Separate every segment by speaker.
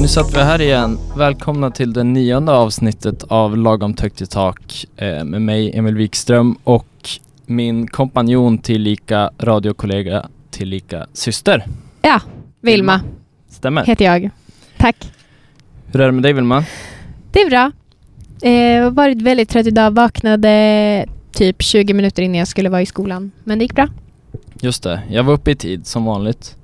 Speaker 1: Nu satt vi här igen. Välkomna till det nionde avsnittet av Lagom högt i tak eh, med mig Emil Wikström och min kompanjon tillika radiokollega tillika syster.
Speaker 2: Ja, Vilma
Speaker 1: Stämmer?
Speaker 2: heter jag. Tack.
Speaker 1: Hur är det med dig Vilma?
Speaker 2: Det är bra. Eh, Jag har varit väldigt trött idag. Vaknade typ 20 minuter innan jag skulle vara i skolan. Men det gick bra.
Speaker 1: Just det, jag var uppe i tid som vanligt.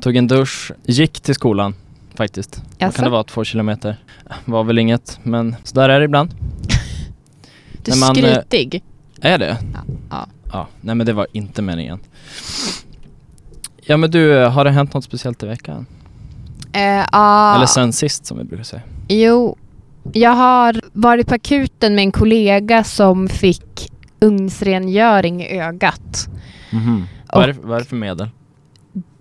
Speaker 1: Tog en dusch, gick till skolan faktiskt. Vad
Speaker 2: Jaså?
Speaker 1: kan det vara, två kilometer? Var väl inget, men sådär är det ibland.
Speaker 2: Du
Speaker 1: när man, eh,
Speaker 2: skrytig.
Speaker 1: Är det?
Speaker 2: ja.
Speaker 1: Ja, nej men det var inte meningen. Ja men du, eh, har det hänt något speciellt i veckan?
Speaker 2: Eh, ja.
Speaker 1: Eller sen sist som vi brukar säga.
Speaker 2: Jo, jag har varit på akuten med en kollega som fick ugnsrengöring i ögat.
Speaker 1: Vad, är det, vad är det för medel?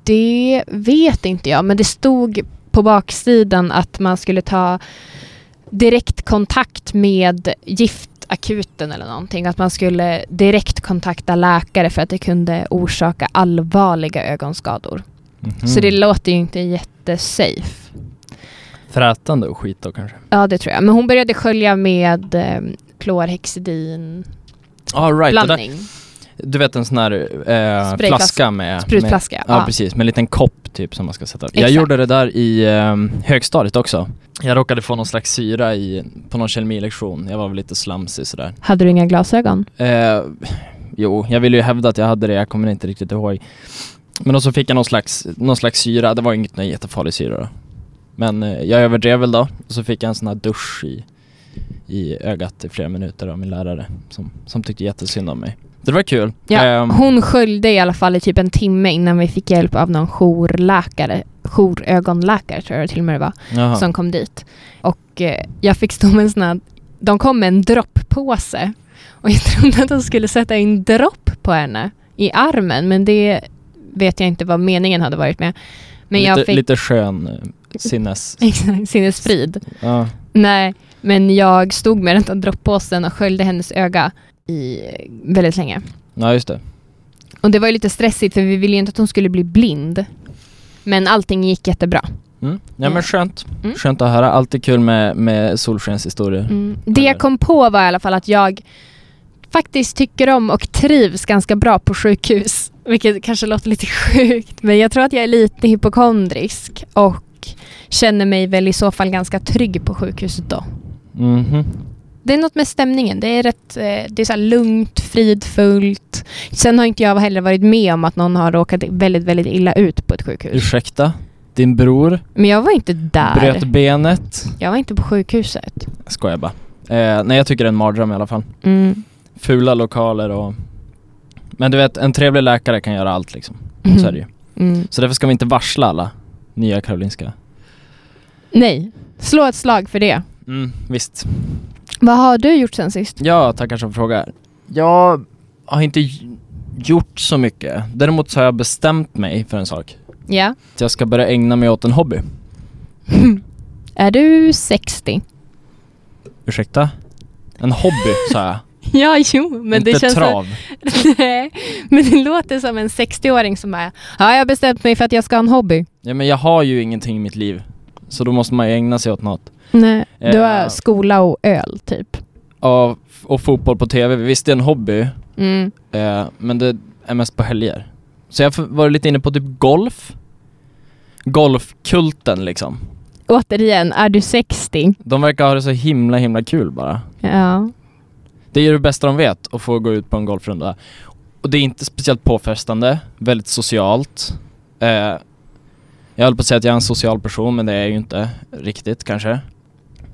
Speaker 2: Det vet inte jag, men det stod på baksidan att man skulle ta direktkontakt med giftakuten eller någonting. Att man skulle direkt kontakta läkare för att det kunde orsaka allvarliga ögonskador. Mhm. Så
Speaker 1: Mm.
Speaker 2: det
Speaker 1: Mhm.
Speaker 2: låter ju inte jättesafe.
Speaker 1: Frätande och skit då kanske?
Speaker 2: Ja, det tror jag. Men hon började skölja med eh, klorhexidin
Speaker 1: All Ah, right, det där,
Speaker 2: blandning.
Speaker 1: du vet en sån här eh,
Speaker 2: Sprayflaska.
Speaker 1: flaska med... med
Speaker 2: Sprutflaska.
Speaker 1: Ja
Speaker 2: ja.
Speaker 1: precis, med en liten kopp typ som man ska sätta upp. Jag
Speaker 2: Ah. Exakt.
Speaker 1: gjorde det där i eh, högstadiet också. Jag råkade få någon slags syra i, på någon kemilektion. Jag var väl lite slamsig sådär.
Speaker 2: Hade du inga glasögon?
Speaker 1: Eh, jo, jag ville ju hävda att jag hade det, jag kommer inte riktigt ihåg. Men och så fick jag någon slags, någon slags syra, det var inget någon jättefarlig syra då. Men eh, jag överdrev väl då, och så fick jag en sån här dusch i, i ögat i flera minuter av min lärare som, som tyckte jättesynd om mig. Det var kul.
Speaker 2: Ja,
Speaker 1: Ehm,
Speaker 2: hon sköljde i alla fall i typ en timme innan vi fick hjälp av någon jourläkare, jourögonläkare tror jag det till och med det var,
Speaker 1: jaha.
Speaker 2: som kom dit. Och eh, jag fick stå med en sån här, de kom med en dropppåse och jag trodde att de skulle sätta in dropp på henne i armen men det vet jag inte vad meningen hade varit med. Men
Speaker 1: lite,
Speaker 2: jag fick
Speaker 1: lite skön eh, sinnes...
Speaker 2: Exakt, sinnesfrid.
Speaker 1: Ja.
Speaker 2: Nej, men jag stod med den där dropppåsen och sköljde hennes öga i väldigt länge.
Speaker 1: ja, just det.
Speaker 2: Och det var ju lite stressigt för vi ville ju inte att hon skulle bli blind. Men allting gick jättebra.
Speaker 1: Mm. Ja men
Speaker 2: Mm.
Speaker 1: skönt.
Speaker 2: Mm.
Speaker 1: Skönt att höra. Alltid kul med, med solskenshistorier.
Speaker 2: Det jag kom på var i alla fall att jag faktiskt tycker om och trivs ganska bra på sjukhus. Vilket kanske låter lite sjukt men jag tror att jag är lite hypokondrisk och känner mig väl i så fall ganska trygg på sjukhuset då.
Speaker 1: Mhm.
Speaker 2: Det är något med stämningen. Det är, rätt, eh, det är så här lugnt, fridfullt. Sen har inte jag heller varit med om att någon har råkat väldigt, väldigt illa ut på ett sjukhus.
Speaker 1: Ursäkta, din bror
Speaker 2: Men jag var inte där.
Speaker 1: bröt benet.
Speaker 2: Jag var inte på sjukhuset.
Speaker 1: Jag Skojar bara. Eh, nej jag tycker det är en mardröm i alla fall.
Speaker 2: Mm.
Speaker 1: Fula lokaler och... Men du vet, en trevlig läkare kan göra allt liksom.
Speaker 2: Mhm.
Speaker 1: Så är det ju.
Speaker 2: Mm.
Speaker 1: Så därför ska vi inte varsla alla nya Karolinska.
Speaker 2: Nej, slå ett slag för det.
Speaker 1: Mm, visst.
Speaker 2: Vad har du gjort sen sist?
Speaker 1: Ja, tackar som frågar. Jag har inte j- gjort så mycket. Däremot så har jag bestämt mig för en sak.
Speaker 2: Ja.
Speaker 1: Att jag ska börja ägna mig åt en hobby.
Speaker 2: Är du 60?
Speaker 1: Ursäkta? En hobby sa jag.
Speaker 2: Ja, jo, men
Speaker 1: inte
Speaker 2: det känns...
Speaker 1: trav.
Speaker 2: Nej, men det låter som en 60-åring som bara Ja, jag har bestämt mig för att jag ska ha en hobby.
Speaker 1: Ja, men jag har ju ingenting i mitt liv. Så då måste man ju ägna sig åt något.
Speaker 2: Nej, du
Speaker 1: Eh.
Speaker 2: har skola och öl typ.
Speaker 1: Ja, och fotboll på tv. Visst, det är en hobby,
Speaker 2: Mm.
Speaker 1: eh, men det är mest på helger. Så jag har varit lite inne på typ golf. Golfkulten liksom.
Speaker 2: Återigen, är du 60?
Speaker 1: De verkar ha det så himla himla kul bara.
Speaker 2: Ja.
Speaker 1: Det är ju det bästa de vet, att få gå ut på en golfrunda. Och det är inte speciellt påfrestande, väldigt socialt. Eh, jag höll på att säga att jag är en social person, men det är jag ju inte riktigt kanske.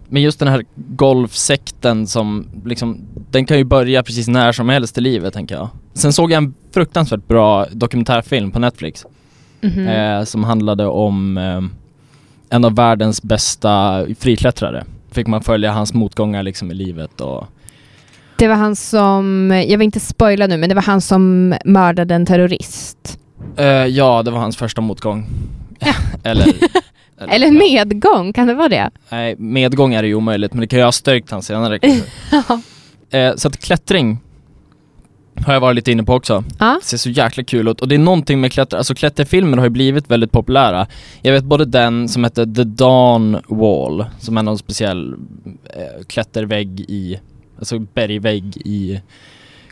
Speaker 1: Men just den här golfsekten som liksom, den kan ju börja precis när som helst i livet tänker jag. Sen såg jag en fruktansvärt bra dokumentärfilm på Netflix
Speaker 2: Mhm.
Speaker 1: eh, som handlade om eh, en av världens bästa friklättrare. Fick man följa hans motgångar liksom i livet och
Speaker 2: Det var han som, jag vill inte spoila nu, men det var han som mördade en terrorist.
Speaker 1: Eh, ja, det var hans första motgång. eller,
Speaker 2: Eller
Speaker 1: ja.
Speaker 2: medgång, kan det vara det?
Speaker 1: Nej, medgång är det ju omöjligt, men det kan ju ha styrkt han senare kanske. Eh, så att klättring Har jag varit lite inne på också.
Speaker 2: Ja.
Speaker 1: ser så jäkla kul ut och det är någonting med klättra, alltså klätterfilmer har ju blivit väldigt populära. Jag vet både den som heter The Dawn Wall, som är någon speciell eh, klättervägg i, alltså bergvägg i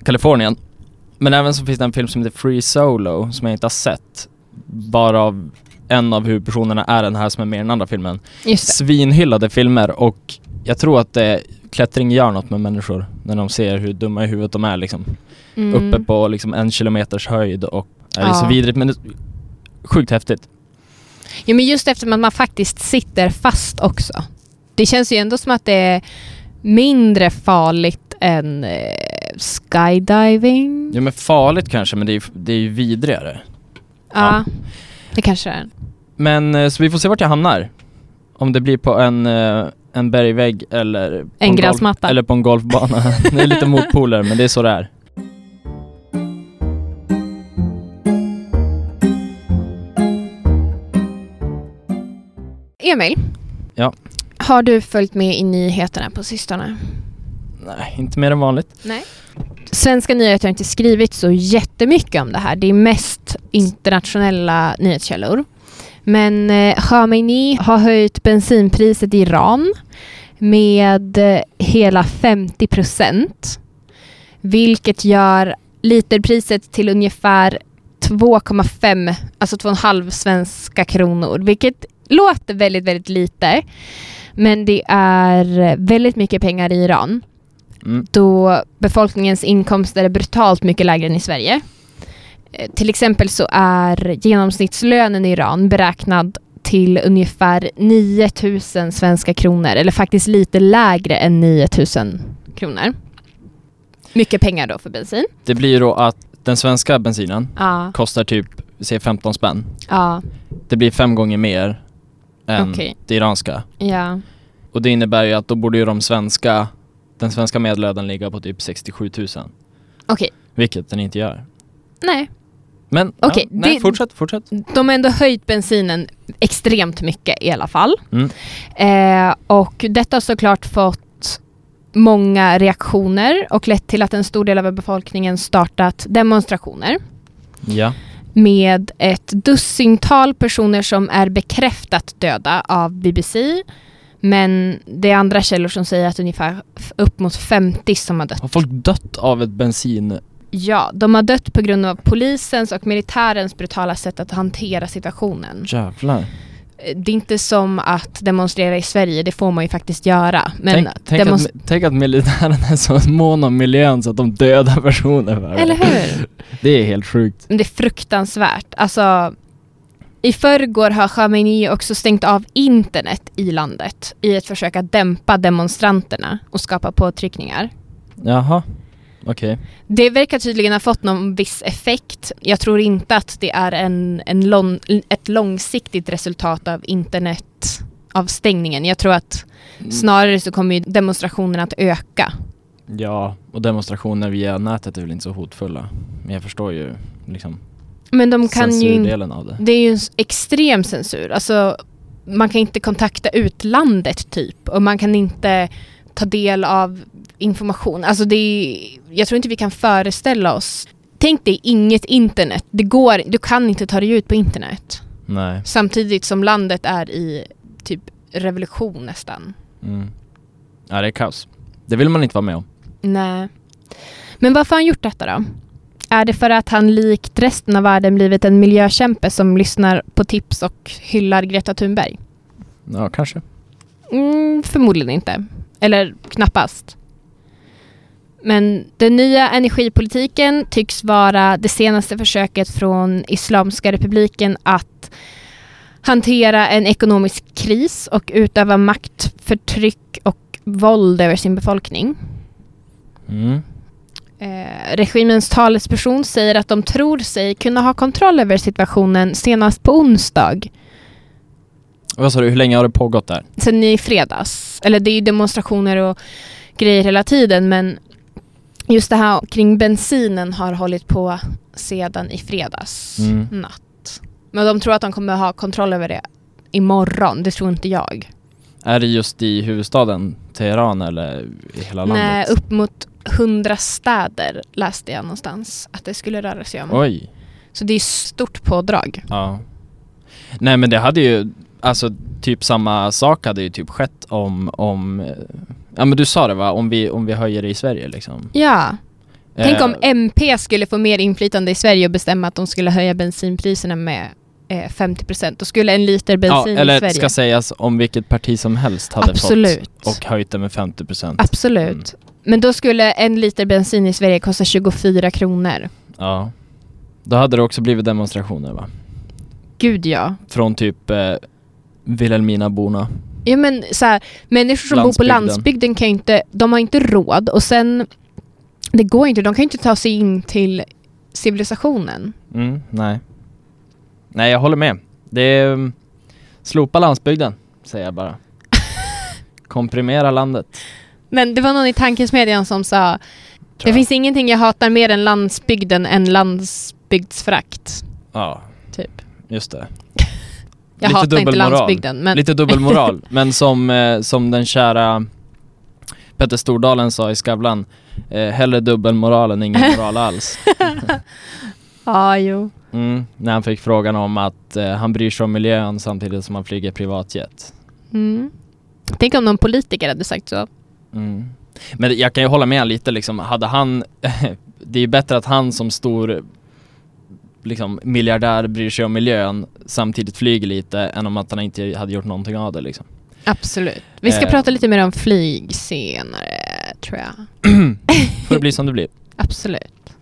Speaker 1: Kalifornien. Men även så finns det en film som heter Free Solo som jag inte har sett. Varav en av huvudpersonerna är den här som är med i den andra filmen.
Speaker 2: Just det.
Speaker 1: Svinhyllade filmer och jag tror att det, klättring gör något med människor när de ser hur dumma i huvudet de är liksom
Speaker 2: Mm.
Speaker 1: uppe på liksom en kilometers höjd och ja, det är så
Speaker 2: Ja.
Speaker 1: vidrigt men det, sjukt häftigt.
Speaker 2: Jo men just eftersom att man faktiskt sitter fast också. Det känns ju ändå som att det är mindre farligt än eh, skydiving.
Speaker 1: Ja men farligt kanske men det är, det är ju vidrigare.
Speaker 2: Ja, det kanske det är.
Speaker 1: Men eh, så vi får se vart jag hamnar. Om det blir på en, eh, en bergvägg eller på
Speaker 2: En gräsmatta.
Speaker 1: Golf, eller på en golfbana. det är lite motpoler men det är så det är.
Speaker 2: Emil,
Speaker 1: Ja.
Speaker 2: har du följt med i nyheterna på sistone?
Speaker 1: Nej, inte mer än vanligt.
Speaker 2: Nej. Svenska nyheter har inte skrivit så jättemycket om det här. Det är mest internationella nyhetskällor. Men eh, Khamenei har höjt bensinpriset i Iran med eh, hela 50 procent. Vilket gör literpriset till ungefär 2,5, alltså 2,5 svenska kronor. Vilket låter väldigt, väldigt lite. Men det är eh, väldigt mycket pengar i Iran
Speaker 1: Mm.
Speaker 2: då befolkningens inkomster är brutalt mycket lägre än i Sverige. Eh, Till exempel så är genomsnittslönen i Iran beräknad till ungefär 9 000 svenska kronor, eller faktiskt lite lägre än 9 000 kronor. Mycket pengar då för bensin.
Speaker 1: Det blir ju då att den svenska bensinen
Speaker 2: Ja,
Speaker 1: kostar typ, säg 15 spänn.
Speaker 2: ja,
Speaker 1: Det blir fem gånger mer än
Speaker 2: Okej.
Speaker 1: det iranska.
Speaker 2: ja.
Speaker 1: Och det innebär ju att då borde ju de svenska, den svenska medellönen ligga på typ 67 000.
Speaker 2: Okej,
Speaker 1: Vilket den inte gör.
Speaker 2: nej.
Speaker 1: Men
Speaker 2: Okej,
Speaker 1: ja, nej,
Speaker 2: det-
Speaker 1: fortsätt, fortsätt.
Speaker 2: De har ändå höjt bensinen extremt mycket i alla fall.
Speaker 1: Mm.
Speaker 2: Eh, och detta har såklart fått många reaktioner och lett till att en stor del av befolkningen startat demonstrationer
Speaker 1: Ja.
Speaker 2: med ett dussintal personer som är bekräftat döda av BBC. Men det är andra källor som säger att ungefär f- upp mot 50 som har dött.
Speaker 1: Har folk dött av ett bensin?
Speaker 2: Ja, de har dött på grund av polisens och militärens brutala sätt att hantera situationen.
Speaker 1: Jävlar.
Speaker 2: Eh, Det är inte som att demonstrera i Sverige, det får man ju faktiskt göra. Men
Speaker 1: tänk, tänk,
Speaker 2: demonst-
Speaker 1: att, tänk att militären är så mån om miljön så att de dödar personer för det.
Speaker 2: Eller hur?
Speaker 1: Det är helt sjukt.
Speaker 2: Men Det är fruktansvärt. Alltså, I förrgår har Khamenei också stängt av internet i landet i ett försök att dämpa demonstranterna och skapa påtryckningar.
Speaker 1: Jaha. Okej.
Speaker 2: Det verkar tydligen ha fått någon viss effekt. Jag tror inte att det är en, en lång, ett långsiktigt resultat av internetavstängningen. Jag tror att
Speaker 1: Mm.
Speaker 2: snarare så kommer ju demonstrationerna att öka.
Speaker 1: Ja, och demonstrationer via nätet är väl inte så hotfulla. Men jag förstår ju liksom
Speaker 2: Men de kan ju inte...
Speaker 1: censurdelen av det.
Speaker 2: Det är ju en s- extrem censur. Alltså, man kan inte kontakta utlandet typ och man kan inte ta del av information. Alltså det är, jag tror inte vi kan föreställa oss. Tänk dig inget internet. Det går, du kan inte ta dig ut på internet.
Speaker 1: Nej.
Speaker 2: Samtidigt som landet är i typ revolution nästan.
Speaker 1: Mm. Ja, det är kaos. Det vill man inte vara med om.
Speaker 2: Nej. Men varför har han gjort detta då? Är det för att han likt resten av världen blivit en miljökämpe som lyssnar på tips och hyllar Greta Thunberg?
Speaker 1: Ja, kanske.
Speaker 2: Mm, förmodligen inte. Eller knappast. Men den nya energipolitiken tycks vara det senaste försöket från Islamiska republiken att hantera en ekonomisk kris och utöva makt, förtryck och våld över sin befolkning.
Speaker 1: Mm.
Speaker 2: Eh, regimens talesperson säger att de tror sig kunna ha kontroll över situationen senast på onsdag
Speaker 1: Och Vad sa du, hur länge har det pågått där?
Speaker 2: sen i fredags. Eller det är ju demonstrationer och grejer hela tiden men just det här kring bensinen har hållit på sedan i fredags
Speaker 1: Mm.
Speaker 2: natt. Men de tror att de kommer ha kontroll över det imorgon, det tror inte jag.
Speaker 1: Är det just i huvudstaden Teheran eller i hela landet?
Speaker 2: Nej, upp mot hundra städer läste jag någonstans att det skulle röra sig om.
Speaker 1: Oj.
Speaker 2: Så det är stort pådrag.
Speaker 1: Ja. Nej men det hade ju, alltså typ samma sak hade ju typ skett om, om eh, ja men du sa det va, om vi, om vi höjer det i Sverige liksom.
Speaker 2: Ja, tänk
Speaker 1: Eh,
Speaker 2: om MP skulle få mer inflytande i Sverige och bestämma att de skulle höja bensinpriserna med eh, 50%. Då skulle en liter bensin
Speaker 1: ja, eller
Speaker 2: i Sverige...
Speaker 1: ska sägas om vilket parti som helst hade
Speaker 2: Absolut.
Speaker 1: fått och höjt det med 50%.
Speaker 2: Absolut.
Speaker 1: Mm.
Speaker 2: Men då skulle en liter bensin i Sverige kosta 24 kronor.
Speaker 1: Ja. Då hade det också blivit demonstrationer va?
Speaker 2: Gud ja.
Speaker 1: Från typ eh, Vilhelminaborna.
Speaker 2: Ja men så här, människor som bor på
Speaker 1: Landsbygden.
Speaker 2: landsbygden kan ju inte, de har inte råd och sen, det går inte, de kan ju inte ta sig in till civilisationen.
Speaker 1: Mm, nej. Nej, jag håller med. Det är... mm, Slopa landsbygden, säger jag bara. Komprimera landet.
Speaker 2: Men det var någon i tankesmedjan som sa,
Speaker 1: tror
Speaker 2: det
Speaker 1: jag.
Speaker 2: finns ingenting jag hatar mer än landsbygden än landsbygdsfrakt.
Speaker 1: Ja,
Speaker 2: Typ.
Speaker 1: just det.
Speaker 2: Jag
Speaker 1: Lite
Speaker 2: hatar inte
Speaker 1: dubbelmoral.
Speaker 2: landsbygden men
Speaker 1: Lite dubbelmoral, men som, eh, som den kära Petter Stordalen sa i Skavlan, eh, hellre dubbelmoral än ingen moral alls.
Speaker 2: ja jo.
Speaker 1: Mm, när han fick frågan om att eh, han bryr sig om miljön samtidigt som han flyger privatjet.
Speaker 2: Mm. Tänk om någon politiker hade sagt så.
Speaker 1: Mm. Men jag kan ju hålla med lite liksom, hade han, det är ju bättre att han som stor liksom, miljardär bryr sig om miljön samtidigt flyger lite än om att han inte hade gjort någonting av det liksom.
Speaker 2: Absolut. Vi ska
Speaker 1: Eh.
Speaker 2: prata lite mer om flyg senare tror jag.
Speaker 1: Får det bli som det blir.
Speaker 2: Absolut.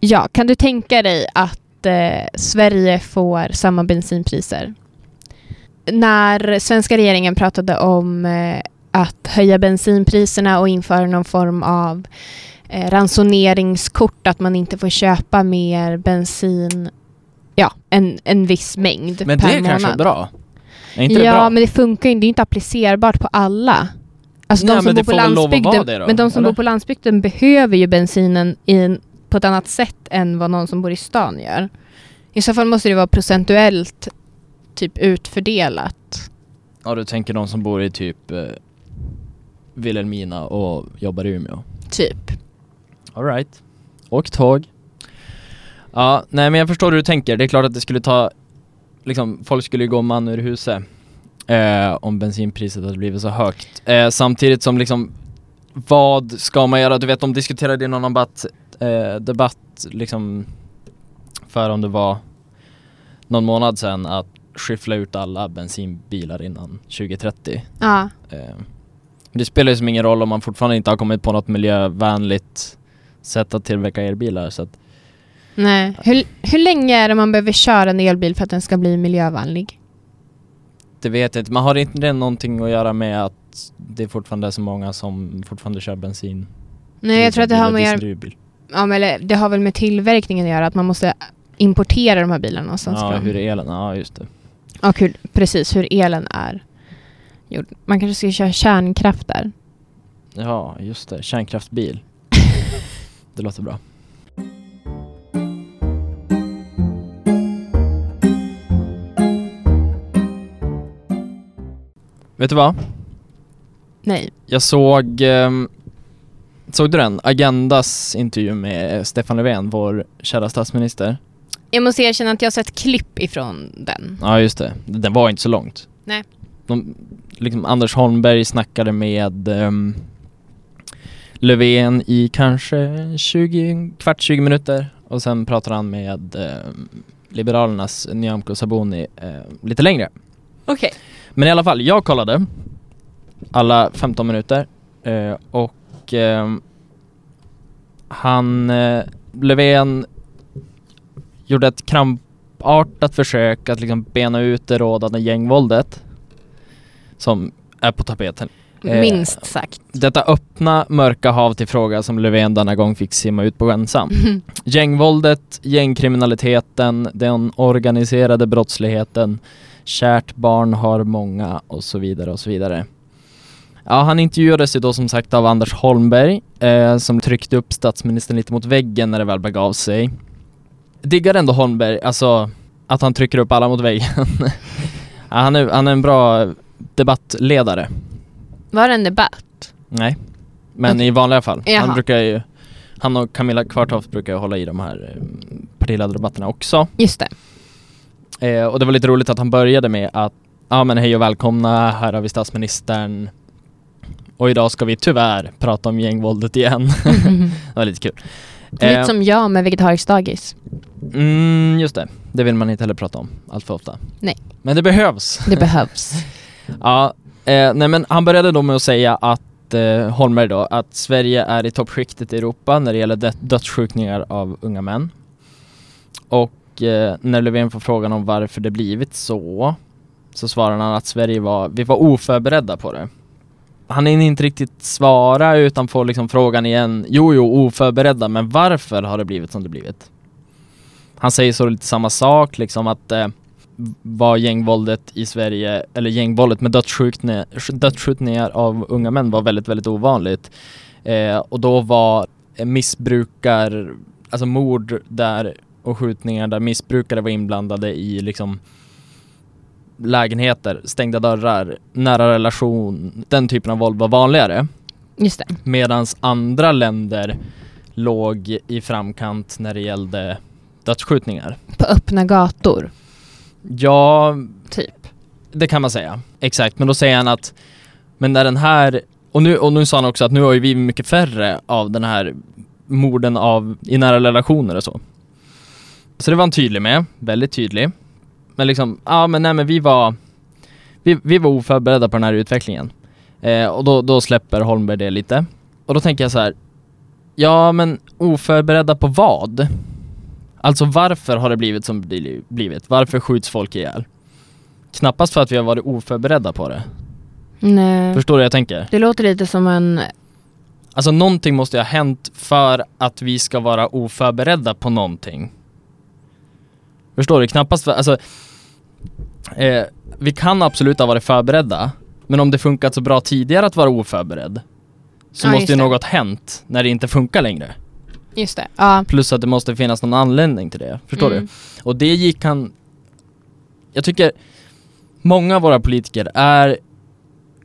Speaker 2: Ja, kan du tänka dig att eh, Sverige får samma bensinpriser? När svenska regeringen pratade om eh, att höja bensinpriserna och införa någon form av eh, ransoneringskort, att man inte får köpa mer bensin ja, en, en viss mängd
Speaker 1: Men
Speaker 2: per
Speaker 1: det är
Speaker 2: månad.
Speaker 1: kanske är bra. Är inte
Speaker 2: ja,
Speaker 1: det bra?
Speaker 2: men det funkar ju inte. Det är inte applicerbart på alla. Alltså
Speaker 1: Nej,
Speaker 2: de som
Speaker 1: men det
Speaker 2: bor på
Speaker 1: får väl lov att vara
Speaker 2: landsbygden,
Speaker 1: det då,
Speaker 2: men de som
Speaker 1: eller?
Speaker 2: bor på landsbygden behöver ju bensinen i en, på ett annat sätt än vad någon som bor i stan gör. I så fall måste det vara procentuellt typ utfördelat.
Speaker 1: Ja, du tänker de som bor i typ eh, Vilhelmina och jobbar i Umeå.
Speaker 2: Typ.
Speaker 1: Alright. Och tåg. Ja, nej men jag förstår hur du tänker. Det är klart att det skulle ta, liksom folk skulle ju gå man ur huset eh, om bensinpriset hade blivit så högt. Eh, samtidigt som liksom, vad ska man göra? Du vet, de diskuterade det i någon debatt, eh, debatt liksom, för om det var någon månad sedan att skyffla ut alla bensinbilar innan 2030.
Speaker 2: Ja.
Speaker 1: Eh, Det spelar ju som ingen roll om man fortfarande inte har kommit på något miljövänligt sätt att tillverka elbilar så att
Speaker 2: Nej. Hur, hur länge är det man behöver köra en elbil för att den ska bli miljövänlig?
Speaker 1: det vet jag inte. Man har inte det någonting att göra med att det fortfarande är så många som fortfarande kör bensin?
Speaker 2: Nej, jag tror att det har,
Speaker 1: dieselbil och
Speaker 2: mer,
Speaker 1: dieseldrivbil.
Speaker 2: ja, men eller det har väl med tillverkningen att göra, att man måste importera de här bilarna någonstans
Speaker 1: Ja,
Speaker 2: ifrån.
Speaker 1: hur är elen? Ja, just det.
Speaker 2: Ja, kul. Precis, hur elen är gjord. Man kanske ska köra kärnkraft där.
Speaker 1: Ja, just det. Kärnkraftbil. det låter bra. Vet du vad?
Speaker 2: Nej.
Speaker 1: Jag såg, ehm, såg du den? Agendas intervju med eh, Stefan Löfven, vår kära statsminister.
Speaker 2: Jag måste erkänna att jag har sett klipp ifrån den.
Speaker 1: Ja just det, den var inte så långt.
Speaker 2: Nej.
Speaker 1: De, liksom Anders Holmberg snackade med ehm, Löfven i kanske 20, kvart 20 minuter och sen pratade han med ehm, Liberalernas Nyamko Sabuni eh, lite längre.
Speaker 2: Okej.
Speaker 1: Men i alla fall, jag kollade alla 15 minuter eh, och ehm, han, eh, Löfven gjorde ett krampartat försök att liksom bena ut det rådande gängvåldet som är på tapeten. Eh,
Speaker 2: Minst sagt.
Speaker 1: Detta öppna mörka hav till fråga som Löfven denna gång fick simma ut på ensam. Gängvåldet, gängkriminaliteten, den organiserade brottsligheten, kärt barn har många och så vidare och så vidare. Ja, han intervjuades ju då som sagt av Anders Holmberg eh, som tryckte upp statsministern lite mot väggen när det väl begav sig. Diggar ändå Holmberg, alltså att han trycker upp alla mot väggen. ja, han, är, han är en bra debattledare.
Speaker 2: Var det en debatt?
Speaker 1: Nej. Men i vanliga fall. Han
Speaker 2: Jaha.
Speaker 1: brukar ju Han och Camilla Kvartoft brukar ju hålla i de här eh, partiledardebatterna också.
Speaker 2: Just det.
Speaker 1: Eh, och det var lite roligt att han började med att Ja men hej och välkomna, här har vi statsministern Och idag ska vi tyvärr prata om gängvåldet igen Det var lite kul Eh,
Speaker 2: Lite som jag med vegetariskt dagis.
Speaker 1: mm, Just det, det vill man inte heller prata om allt för ofta
Speaker 2: Nej.
Speaker 1: Men det behövs
Speaker 2: Det behövs.
Speaker 1: Ja, eh, nej men han började då med att säga att eh, Holmberg då, att Sverige är i toppskiktet i Europa när det gäller dö- dödsskjutningar av unga män. Och eh, när Löfven får frågan om varför det blivit så, så svarar han att Sverige var, vi var oförberedda på det. Han hinner inte riktigt svara utan får liksom frågan igen, jo jo oförberedda men varför har det blivit som det blivit? Han säger så lite samma sak liksom att eh, var gängvåldet i Sverige, eller gängvåldet med dödsskjutningar, dödsskjutningar av unga män var väldigt, väldigt ovanligt. Eh, och då var eh, missbrukar, alltså mord där och skjutningar där missbrukare var inblandade i liksom lägenheter, stängda dörrar, nära relation, den typen av våld var vanligare.
Speaker 2: Just det.
Speaker 1: Medan andra länder låg i framkant när det gällde dödsskjutningar.
Speaker 2: På öppna gator,
Speaker 1: Ja,
Speaker 2: typ.
Speaker 1: Det kan man säga, exakt. Men då säger han att, men när den här, och nu, och nu sa han också att nu har ju vi mycket färre av den här morden av, i nära relationer och så. Så det var han tydlig med, väldigt tydlig. Men liksom, ja men nej men vi var, vi, vi var oförberedda på den här utvecklingen. Eh, och då, då släpper Holmberg det lite. Och då tänker jag så här, ja men oförberedda på vad? Alltså varför har det blivit som det blivit? Varför skjuts folk ihjäl? Knappast för att vi har varit oförberedda på det.
Speaker 2: Nej.
Speaker 1: Förstår du vad jag tänker?
Speaker 2: Mm. Det låter lite som en...
Speaker 1: Alltså någonting måste ju ha hänt för att vi ska vara oförberedda på någonting. Förstår du? Knappast för, alltså, eh, vi kan absolut ha varit förberedda, men om det funkat så bra tidigare att vara oförberedd så
Speaker 2: Ja, just
Speaker 1: måste ju
Speaker 2: det.
Speaker 1: något hänt när det inte funkar längre.
Speaker 2: Just det. Ja.
Speaker 1: Plus att det måste finnas någon anledning till det. Förstår
Speaker 2: Mm.
Speaker 1: du? Och det gick han... Jag tycker många av våra politiker är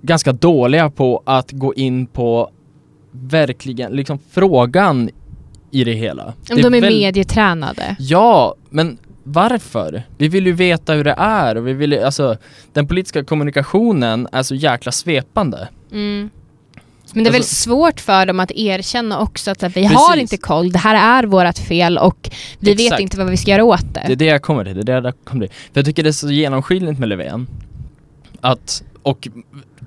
Speaker 1: ganska dåliga på att gå in på verkligen, liksom frågan i det hela.
Speaker 2: Om de är
Speaker 1: väl-
Speaker 2: medietränade.
Speaker 1: Ja, men varför? Vi vill ju veta hur det är och vi vill ju, alltså den politiska kommunikationen är så jäkla svepande.
Speaker 2: Mm. Men det är väl
Speaker 1: Alltså-
Speaker 2: svårt för dem att erkänna också att så här, vi har
Speaker 1: Precis.
Speaker 2: inte koll, det här är vårt fel och vi vet
Speaker 1: Exakt.
Speaker 2: inte vad vi ska göra åt det.
Speaker 1: Det är det jag kommer till, det är det jag kommer till. För jag tycker det är så genomskinligt med Löfven. Att, och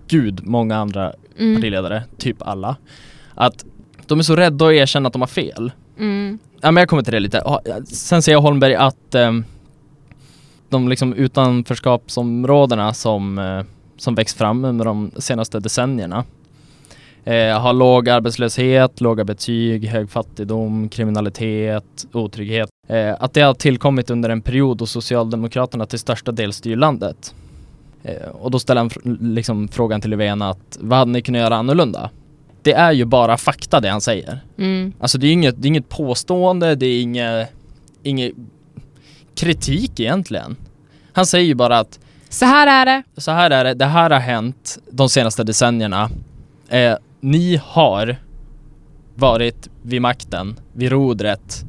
Speaker 1: gud, många andra
Speaker 2: mm.
Speaker 1: partiledare, typ alla. Att de är så rädda att erkänna att de har fel.
Speaker 2: Mm.
Speaker 1: Ja men jag kommer till det lite. Ja, Sen säger Holmberg att ehm, de liksom utanförskapsområdena som, eh, som växt fram under de senaste decennierna eh, har låg arbetslöshet, låga betyg, hög fattigdom, kriminalitet, otrygghet. Eh, att det har tillkommit under en period då Socialdemokraterna till största del styr landet. Eh, och då ställer han fr- liksom frågan till Löfven att vad hade ni kunnat göra annorlunda? Det är ju bara fakta det han säger.
Speaker 2: Mm.
Speaker 1: Alltså det är inget, det är inget påstående, det är inget, inget kritik egentligen. Han säger ju bara att
Speaker 2: Så här är det.
Speaker 1: så här är det, det här har hänt de senaste decennierna. Eh, ni har varit vid makten, vid rodret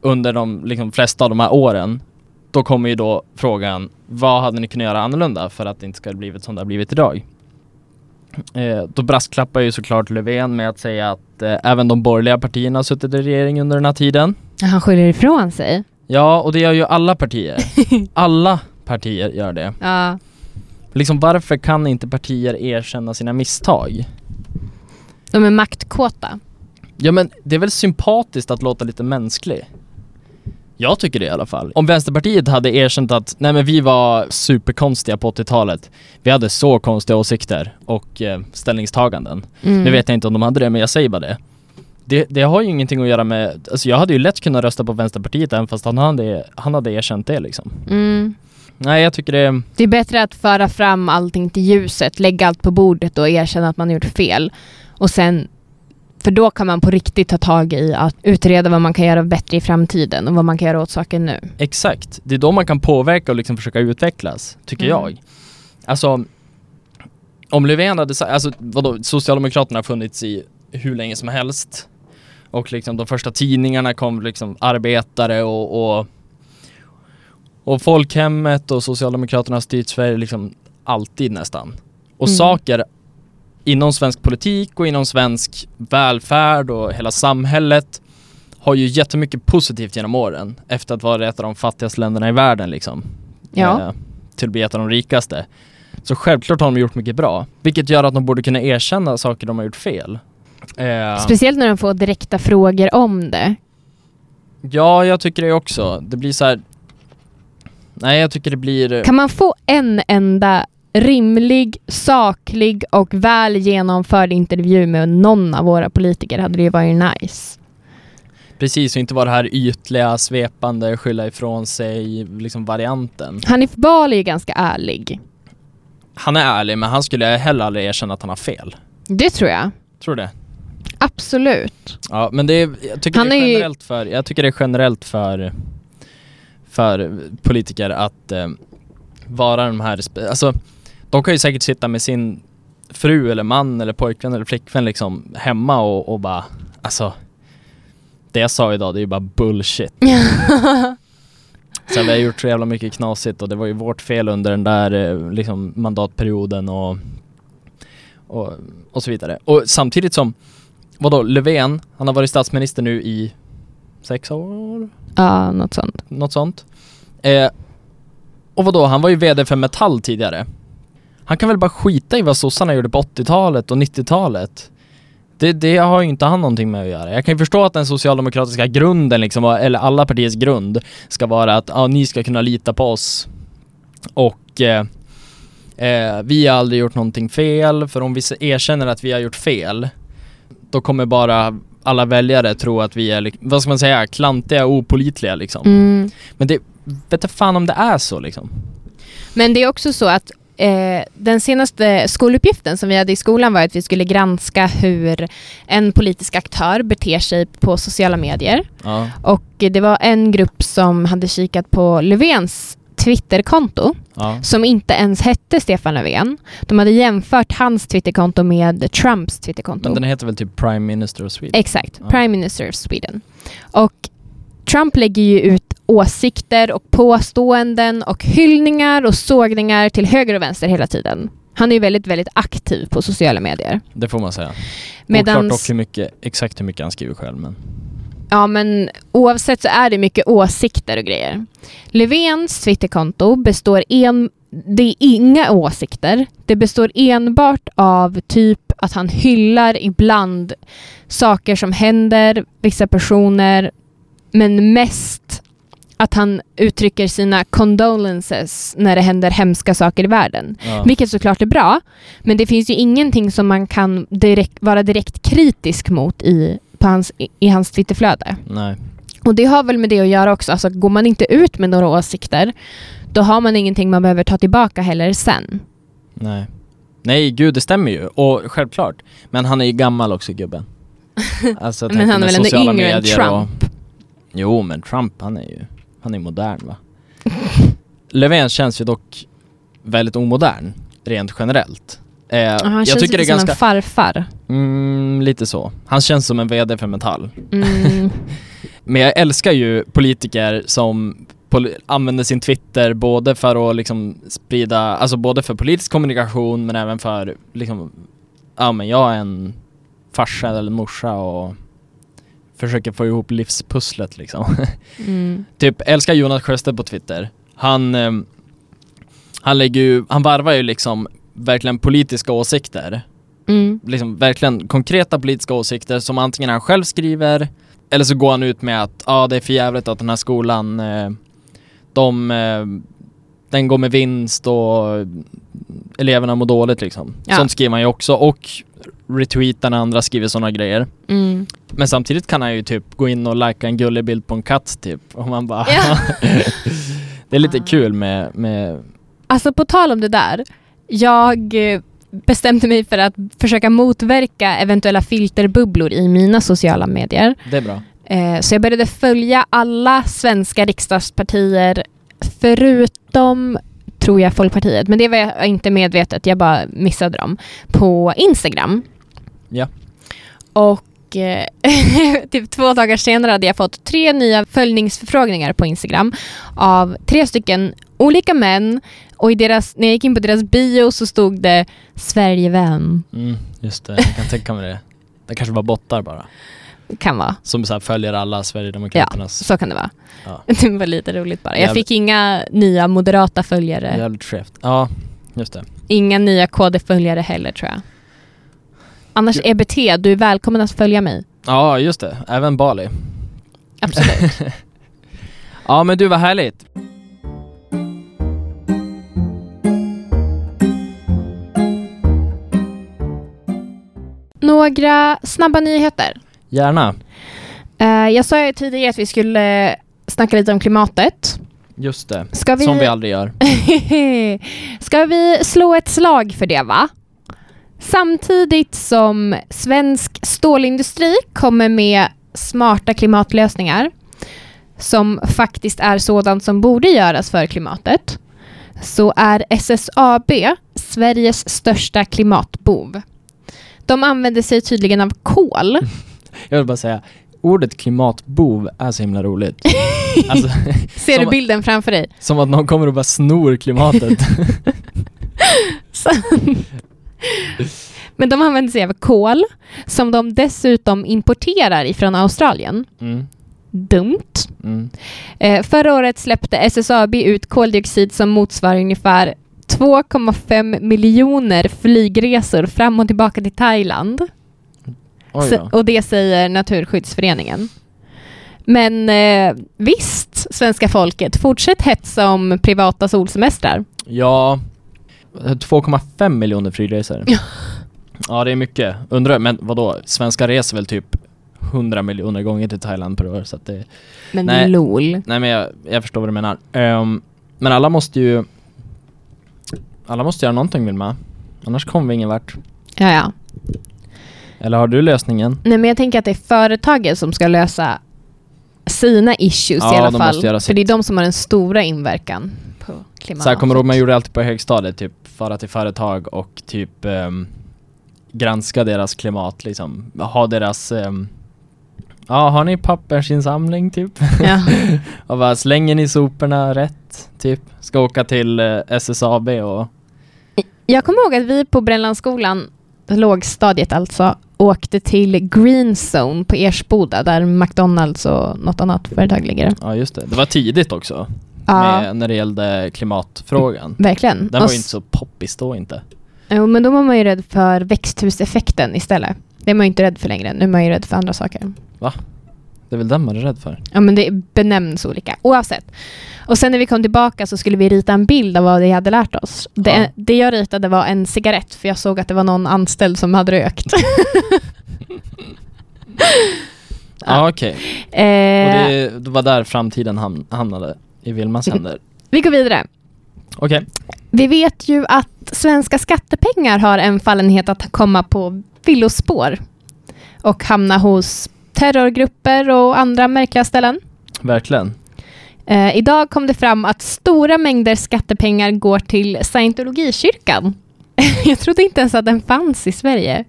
Speaker 1: under de liksom, flesta av de här åren. Då kommer ju då frågan, vad hade ni kunnat göra annorlunda för att det inte ska ha blivit som det har blivit idag? Eh, då brasklappar ju såklart Löfven med att säga att eh, även de borgerliga partierna har suttit i regering under den här tiden.
Speaker 2: Han skyller ifrån sig.
Speaker 1: Ja, och det gör ju alla partier. Alla partier gör det.
Speaker 2: Ja.
Speaker 1: Liksom varför kan inte partier erkänna sina misstag?
Speaker 2: De är maktkåta.
Speaker 1: Ja men det är väl sympatiskt att låta lite mänsklig? Jag tycker det i alla fall. Om Vänsterpartiet hade erkänt att, nej men vi var superkonstiga på 80-talet. Vi hade så konstiga åsikter och eh, ställningstaganden.
Speaker 2: Mm.
Speaker 1: Nu vet jag inte om de hade det men jag säger bara det. Det, det har ju ingenting att göra med, alltså jag hade ju lätt kunnat rösta på Vänsterpartiet även fast han hade, han hade erkänt det liksom.
Speaker 2: Mm.
Speaker 1: Nej jag tycker det,
Speaker 2: Det är bättre att föra fram allting till ljuset, lägga allt på bordet och erkänna att man gjort fel. Och sen, för då kan man på riktigt ta tag i att utreda vad man kan göra bättre i framtiden och vad man kan göra åt saken nu.
Speaker 1: Exakt, det är då man kan påverka och liksom försöka utvecklas, tycker
Speaker 2: Mm.
Speaker 1: jag. Alltså, Om Löfven hade sagt, alltså vadå, Socialdemokraterna har funnits i hur länge som helst och liksom de första tidningarna kom liksom arbetare och, och och folkhemmet och Socialdemokraterna har styrt Sverige liksom alltid nästan. Och
Speaker 2: Mm.
Speaker 1: saker inom svensk politik och inom svensk välfärd och hela samhället har ju jättemycket positivt genom åren efter att vara ett av de fattigaste länderna i världen liksom.
Speaker 2: Ja.
Speaker 1: Eh, till att bli ett av de rikaste. Så självklart har de gjort mycket bra, vilket gör att de borde kunna erkänna saker de har gjort fel. Eh,
Speaker 2: Speciellt när de får direkta frågor om det.
Speaker 1: ja, jag tycker det också. Det blir så här. Nej, jag tycker det blir...
Speaker 2: Kan man få en enda rimlig, saklig och väl genomförd intervju med någon av våra politiker hade det ju varit nice.
Speaker 1: Precis, och inte vara det här ytliga, svepande, skylla ifrån sig, liksom varianten.
Speaker 2: Hanif Bali är ju ganska ärlig.
Speaker 1: Han är ärlig, men han skulle heller aldrig erkänna att han har fel.
Speaker 2: Det tror jag.
Speaker 1: Tror du det?
Speaker 2: Absolut.
Speaker 1: Ja, men det är, jag tycker
Speaker 2: Han
Speaker 1: det
Speaker 2: är
Speaker 1: är
Speaker 2: ju-
Speaker 1: generellt för, jag tycker det är generellt för, för politiker att eh, vara de här, spe- alltså de kan ju säkert sitta med sin fru eller man eller pojkvän eller flickvän liksom hemma och, och bara, alltså det jag sa idag det är ju bara bullshit. Sen vi har gjort så jävla mycket knasigt och det var ju vårt fel under den där eh, liksom mandatperioden och, och, och så vidare. Och samtidigt som Vadå, Löfven, han har varit statsminister nu i sex år,
Speaker 2: Ja, något sånt.
Speaker 1: något sånt. Eh, och vadå, han var ju VD för Metall tidigare. Han kan väl bara skita i vad sossarna gjorde på 80-talet och 90-talet. Det, det har ju inte han någonting med att göra. Jag kan ju förstå att den socialdemokratiska grunden liksom, eller alla partiers grund, ska vara att ja, ni ska kunna lita på oss. Och eh, eh, vi har aldrig gjort någonting fel, för om vi se- erkänner att vi har gjort fel, då kommer bara alla väljare tro att vi är, lik- vad ska man säga, klantiga och opolitliga liksom.
Speaker 2: Mm.
Speaker 1: Men det, vet jag fan om det är så liksom.
Speaker 2: Men det är också så att eh, den senaste skoluppgiften som vi hade i skolan var att vi skulle granska hur en politisk aktör beter sig på sociala medier.
Speaker 1: Ja.
Speaker 2: Och det var en grupp som hade kikat på Löfvens Twitterkonto
Speaker 1: ja.
Speaker 2: som inte ens hette Stefan Löfven. De hade jämfört hans Twitterkonto med Trumps
Speaker 1: Men
Speaker 2: Twitterkonto.
Speaker 1: den heter väl typ Prime Minister of Sweden?
Speaker 2: Exakt,
Speaker 1: Ja.
Speaker 2: Prime Minister of Sweden. Och Trump lägger ju ut åsikter och påståenden och hyllningar och sågningar till höger och vänster hela tiden. Han är ju väldigt, väldigt aktiv på sociala medier.
Speaker 1: Det får man säga. Oklart
Speaker 2: Medans,
Speaker 1: dock hur mycket, exakt hur mycket han skriver själv men.
Speaker 2: ja men oavsett så är det mycket åsikter och grejer. Löfvens Twitterkonto består en, det är inga åsikter. Det består enbart av typ att han hyllar ibland saker som händer, vissa personer, men mest att han uttrycker sina condolences när det händer hemska saker i världen.
Speaker 1: Ja.
Speaker 2: Vilket såklart är bra, men det finns ju ingenting som man kan direkt, vara direkt kritisk mot i, på hans, i- i hans Twitterflöde.
Speaker 1: Nej.
Speaker 2: Och det har väl med det att göra också. Alltså, går man inte ut med några åsikter, då har man ingenting man behöver ta tillbaka heller sen.
Speaker 1: Nej. Nej, gud det stämmer ju. Och självklart. Men han är ju gammal också gubben. Alltså, jag
Speaker 2: Men
Speaker 1: tänker
Speaker 2: han
Speaker 1: med
Speaker 2: är väl ändå
Speaker 1: sociala
Speaker 2: yngre än
Speaker 1: medier och-
Speaker 2: Trump?
Speaker 1: Jo, men Trump han är ju, han är modern va? Löfven känns ju dock väldigt omodern, rent generellt. Eh,
Speaker 2: Ja, han
Speaker 1: jag
Speaker 2: känns
Speaker 1: tycker det
Speaker 2: lite
Speaker 1: är
Speaker 2: som
Speaker 1: ganska,
Speaker 2: en farfar.
Speaker 1: mm, lite så. Han känns som en VD för Metall.
Speaker 2: Mm.
Speaker 1: Men jag älskar ju politiker som pol- använder sin Twitter både för att liksom sprida, alltså både för politisk kommunikation men även för liksom, ja men jag är en farsa eller morsa och försöker få ihop livspusslet liksom.
Speaker 2: Mm.
Speaker 1: typ älskar Jonas Sjöstedt på Twitter. Han, eh, han lägger ju, han varvar ju liksom verkligen politiska åsikter
Speaker 2: Mm.
Speaker 1: liksom verkligen konkreta politiska åsikter som antingen han själv skriver eller så går han ut med att ja det är för jävligt att den här skolan eh, de, eh, den går med vinst och eleverna mår dåligt liksom.
Speaker 2: Ja.
Speaker 1: Sånt skriver han ju också och retweetar när andra skriver sådana grejer.
Speaker 2: Mm.
Speaker 1: Men samtidigt kan han ju typ gå in och likea en gullig bild på en katt typ och man bara
Speaker 2: Ja.
Speaker 1: Det är lite
Speaker 2: Ah.
Speaker 1: kul med, med
Speaker 2: Alltså på tal om det där. Jag eh, bestämde mig för att försöka motverka eventuella filterbubblor i mina sociala medier.
Speaker 1: det är bra.
Speaker 2: Eh, Så jag började följa alla svenska riksdagspartier förutom tror jag, Folkpartiet. Men det var jag inte medvetet, jag bara missade dem. På Instagram.
Speaker 1: Ja.
Speaker 2: Och eh, typ två dagar senare hade jag fått tre nya följningsförfrågningar på Instagram av tre stycken olika män och i deras, när jag gick in på deras bio så stod det Sverigevän.
Speaker 1: Mm, just det, jag kan tänka mig det. Det kanske var bottar bara.
Speaker 2: Kan vara.
Speaker 1: Som så här följer alla Sverigedemokraternas...
Speaker 2: Så kan det vara.
Speaker 1: Ja.
Speaker 2: Det var lite roligt bara. Jag
Speaker 1: Jävligt-
Speaker 2: fick inga nya moderata följare.
Speaker 1: Jävligt skevt. Ja, just det.
Speaker 2: Inga nya KD-följare heller tror jag. Annars EBT, du är välkommen att följa mig.
Speaker 1: Ja, just det. Även Bali.
Speaker 2: Absolut.
Speaker 1: Ja men du vad härligt.
Speaker 2: Några snabba nyheter.
Speaker 1: Gärna.
Speaker 2: Eh, jag sa ju tidigare att vi skulle eh, snacka lite om klimatet.
Speaker 1: Just det.
Speaker 2: Ska vi,
Speaker 1: Som vi aldrig gör.
Speaker 2: Ska vi slå ett slag för det va? Samtidigt som svensk stålindustri kommer med smarta klimatlösningar som faktiskt är sådant som borde göras för klimatet så är SSAB Sveriges största klimatbov. De använder sig tydligen av kol.
Speaker 1: Jag vill bara säga, ordet klimatbov är så himla roligt. alltså,
Speaker 2: Ser du
Speaker 1: Som-
Speaker 2: bilden framför dig?
Speaker 1: som att någon kommer och bara snor klimatet.
Speaker 2: Men de använder sig av kol som de dessutom importerar ifrån Australien.
Speaker 1: Mm,
Speaker 2: Dumt.
Speaker 1: mm.
Speaker 2: Eh, förra året släppte SSAB ut koldioxid som motsvarar ungefär 2,5 miljoner flygresor fram och tillbaka till Thailand.
Speaker 1: Oj
Speaker 2: Så,
Speaker 1: då.
Speaker 2: och det säger Naturskyddsföreningen. Men eh, visst, svenska folket, fortsätt hetsa om privata solsemestrar.
Speaker 1: Ja, 2,5 miljoner flygresor.
Speaker 2: Ja.
Speaker 1: ja det är mycket. Undrar, men vadå, svenskar reser väl typ 100 miljoner gånger till Thailand per år så att det...
Speaker 2: Men
Speaker 1: Nej.
Speaker 2: LOL.
Speaker 1: Nej men jag, jag förstår vad du menar. Ehm, men alla måste ju... Alla måste göra någonting Vilma. Annars kommer vi ingen vart.
Speaker 2: Ja, ja.
Speaker 1: Eller har du lösningen?
Speaker 2: Nej, men jag tänker att det är företagen som ska lösa sina issues
Speaker 1: Ja,
Speaker 2: i alla
Speaker 1: de
Speaker 2: fall.
Speaker 1: måste göra
Speaker 2: För det är de som har den stora inverkan på klimatet.
Speaker 1: Så här kommer du ihåg, man gjorde alltid på högstadiet, typ fara till företag och typ ehm, granska deras klimat liksom. Ha deras, ehm, ja har ni pappersinsamling typ?
Speaker 2: Ja.
Speaker 1: Och bara, slänger ni soporna rätt? Typ, ska åka till eh, SSAB och
Speaker 2: Jag kommer ihåg att vi på Brännlandsskolan, lågstadiet alltså, åkte till Green Zone på Ersboda där McDonalds och något annat företag ligger.
Speaker 1: ja just det, det var tidigt också
Speaker 2: Ja,
Speaker 1: med, när det gällde klimatfrågan.
Speaker 2: verkligen.
Speaker 1: Den var
Speaker 2: Och
Speaker 1: ju
Speaker 2: s-
Speaker 1: inte så poppis då inte.
Speaker 2: Jo, men då var man ju rädd för växthuseffekten istället. Det är man ju inte rädd för längre. Nu är man ju rädd för andra saker.
Speaker 1: Det är väl den man är rädd för?
Speaker 2: Ja, men det benämns olika, oavsett. Och sen när vi kom tillbaka så skulle vi rita en bild av vad vi hade lärt oss. Det,
Speaker 1: Ja.
Speaker 2: det jag ritade var en cigarett, för jag såg att det var någon anställd som hade rökt.
Speaker 1: Ja
Speaker 2: Ja.
Speaker 1: okej, och
Speaker 2: Eh,
Speaker 1: det, det var där framtiden ham- hamnade i Vilmas händer.
Speaker 2: Vi går vidare.
Speaker 1: Okej,
Speaker 2: Vi vet ju att svenska skattepengar har en fallenhet att komma på villospår och hamna hos terrorgrupper och andra märkliga ställen.
Speaker 1: verkligen.
Speaker 2: Eh, idag kom det fram att stora mängder skattepengar går till scientologikyrkan. Jag trodde inte ens att den fanns i Sverige.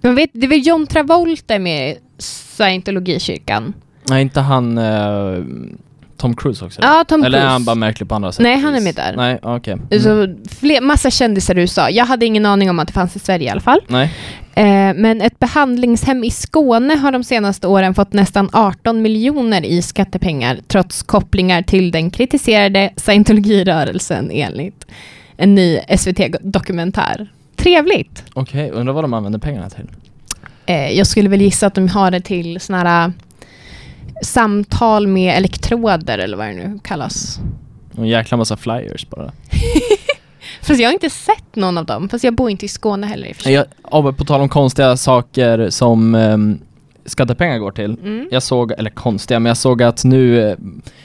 Speaker 2: Men vet, det är väl John Travolta med i scientologikyrkan?
Speaker 1: Nej, inte han eh, Tom Cruise också?
Speaker 2: Ja, Tom
Speaker 1: Eller är
Speaker 2: Cruise.
Speaker 1: han bara märklig på andra sätt?
Speaker 2: Nej, han är med
Speaker 1: Precis.
Speaker 2: där.
Speaker 1: Nej, okej. Mm.
Speaker 2: Så fler, massa kändisar i USA. Jag hade ingen aning om att det fanns i Sverige i alla fall.
Speaker 1: Nej,
Speaker 2: Eh, men ett behandlingshem i Skåne har de senaste åren fått nästan 18 miljoner i skattepengar trots kopplingar till den kritiserade scientologirörelsen enligt en ny SVT-dokumentär. Trevligt!
Speaker 1: okej. Undrar vad de använder pengarna till?
Speaker 2: Eh, jag skulle väl gissa att de har det till såna här eh, samtal med elektroder eller vad det nu kallas.
Speaker 1: En jäkla massa flyers bara.
Speaker 2: Fast jag har inte sett någon av dem, fast jag bor inte i Skåne heller i och för sig.
Speaker 1: Jag, ja, på tal om konstiga saker som ehm, skattepengar går till.
Speaker 2: Mm.
Speaker 1: Jag såg, eller konstiga, men jag såg att nu eh,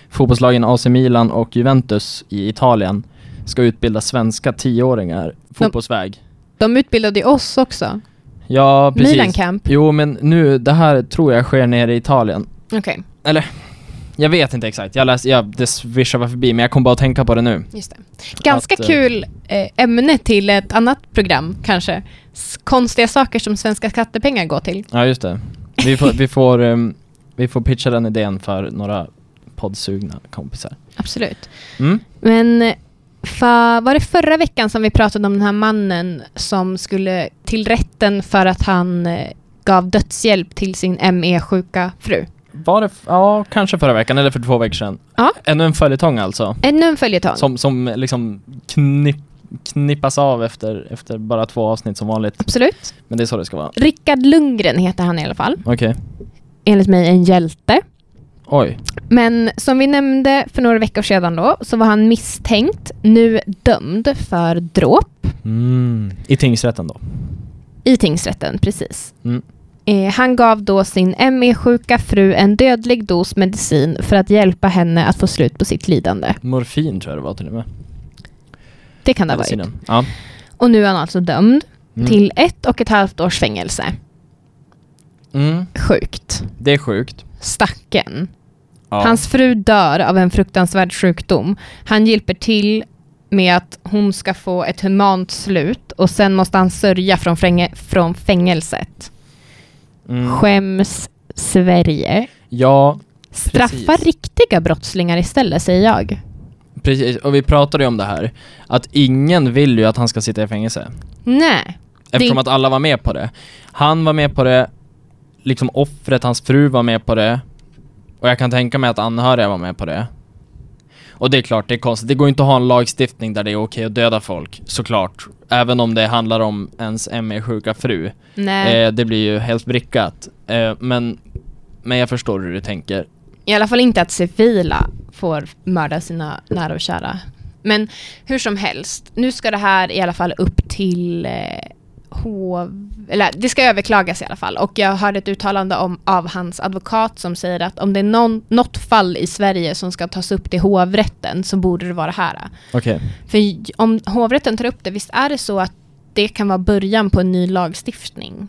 Speaker 1: fotbollslagen AC Milan och Juventus i Italien ska utbilda svenska tioåringar fotbollsväg.
Speaker 2: De utbildade ju oss också.
Speaker 1: Ja, precis.
Speaker 2: Milan Camp.
Speaker 1: Jo, men nu, det här tror jag sker nere i Italien.
Speaker 2: Okej.
Speaker 1: Eller, jag vet inte exakt, jag läste, jag, det svischade förbi men jag kom bara att tänka på det nu.
Speaker 2: Just det. Ganska
Speaker 1: Att, eh,
Speaker 2: kul eh, ämne till ett annat program kanske. S- Konstiga saker som svenska skattepengar går till.
Speaker 1: Ja just det. Vi får, vi får, ehm, vi får pitcha den idén för några poddsugna kompisar.
Speaker 2: Absolut.
Speaker 1: Mm?
Speaker 2: Men eh, fa, var det förra veckan som vi pratade om den här mannen som skulle till rätten för att han eh, gav dödshjälp till sin ME-sjuka fru?
Speaker 1: Var det, f- ja kanske förra veckan eller för två veckor sedan.
Speaker 2: Ja.
Speaker 1: Ännu en följetong alltså.
Speaker 2: Ännu en följetong.
Speaker 1: Som, som liksom knipp, knippas av efter, efter bara två avsnitt som vanligt.
Speaker 2: Absolut.
Speaker 1: Men det är så det ska vara.
Speaker 2: Rickard Lundgren heter han i alla fall.
Speaker 1: Okej.
Speaker 2: Enligt mig en hjälte.
Speaker 1: Oj.
Speaker 2: Men som vi nämnde för några veckor sedan då så var han misstänkt, nu dömd för dråp
Speaker 1: Mm. I tingsrätten då.
Speaker 2: i tingsrätten, precis.
Speaker 1: Mm.
Speaker 2: Eh, han gav då sin ME-sjuka fru en dödlig dos medicin för att hjälpa henne att få slut på sitt lidande.
Speaker 1: Morfin tror jag det var till och med.
Speaker 2: Det kan det ha varit.
Speaker 1: Medicinen. Ja.
Speaker 2: Och nu är han alltså dömd
Speaker 1: Mm.
Speaker 2: till ett och ett halvt års fängelse.
Speaker 1: Mm.
Speaker 2: Sjukt.
Speaker 1: Det är sjukt.
Speaker 2: Stacken.
Speaker 1: Ja.
Speaker 2: Hans fru dör av en fruktansvärd sjukdom. Han hjälper till med att hon ska få ett humant slut och sen måste han sörja från, fränge, från fängelset.
Speaker 1: Mm.
Speaker 2: Skäms Sverige.
Speaker 1: Ja,
Speaker 2: Straffa
Speaker 1: Precis.
Speaker 2: riktiga brottslingar istället, säger jag.
Speaker 1: precis. Och vi pratade ju om det här. Att ingen vill ju att han ska sitta i fängelse.
Speaker 2: Nej.
Speaker 1: Eftersom
Speaker 2: Det-
Speaker 1: att alla var med på det. Han var med på det, liksom offret, hans fru var med på det. Och jag kan tänka mig att anhöriga var med på det. Och det är klart, det är konstigt. Det går ju inte att ha en lagstiftning där det är okej att döda folk, såklart. Även om det handlar om ens ME-sjuka fru.
Speaker 2: Nej.
Speaker 1: Eh, det blir ju helt brickat. Eh, men, men jag förstår hur du tänker.
Speaker 2: I alla fall inte att civila får mörda sina nära och kära. Men hur som helst, nu ska det här i alla fall upp till eh, hov... Eller det ska överklagas i alla fall. Och jag hörde ett uttalande om, av hans advokat som säger att om det är någon, något fall i Sverige som ska tas upp till hovrätten så borde det vara det här.
Speaker 1: Okej.
Speaker 2: För j- om hovrätten tar upp det, visst är det så att det kan vara början på en ny lagstiftning?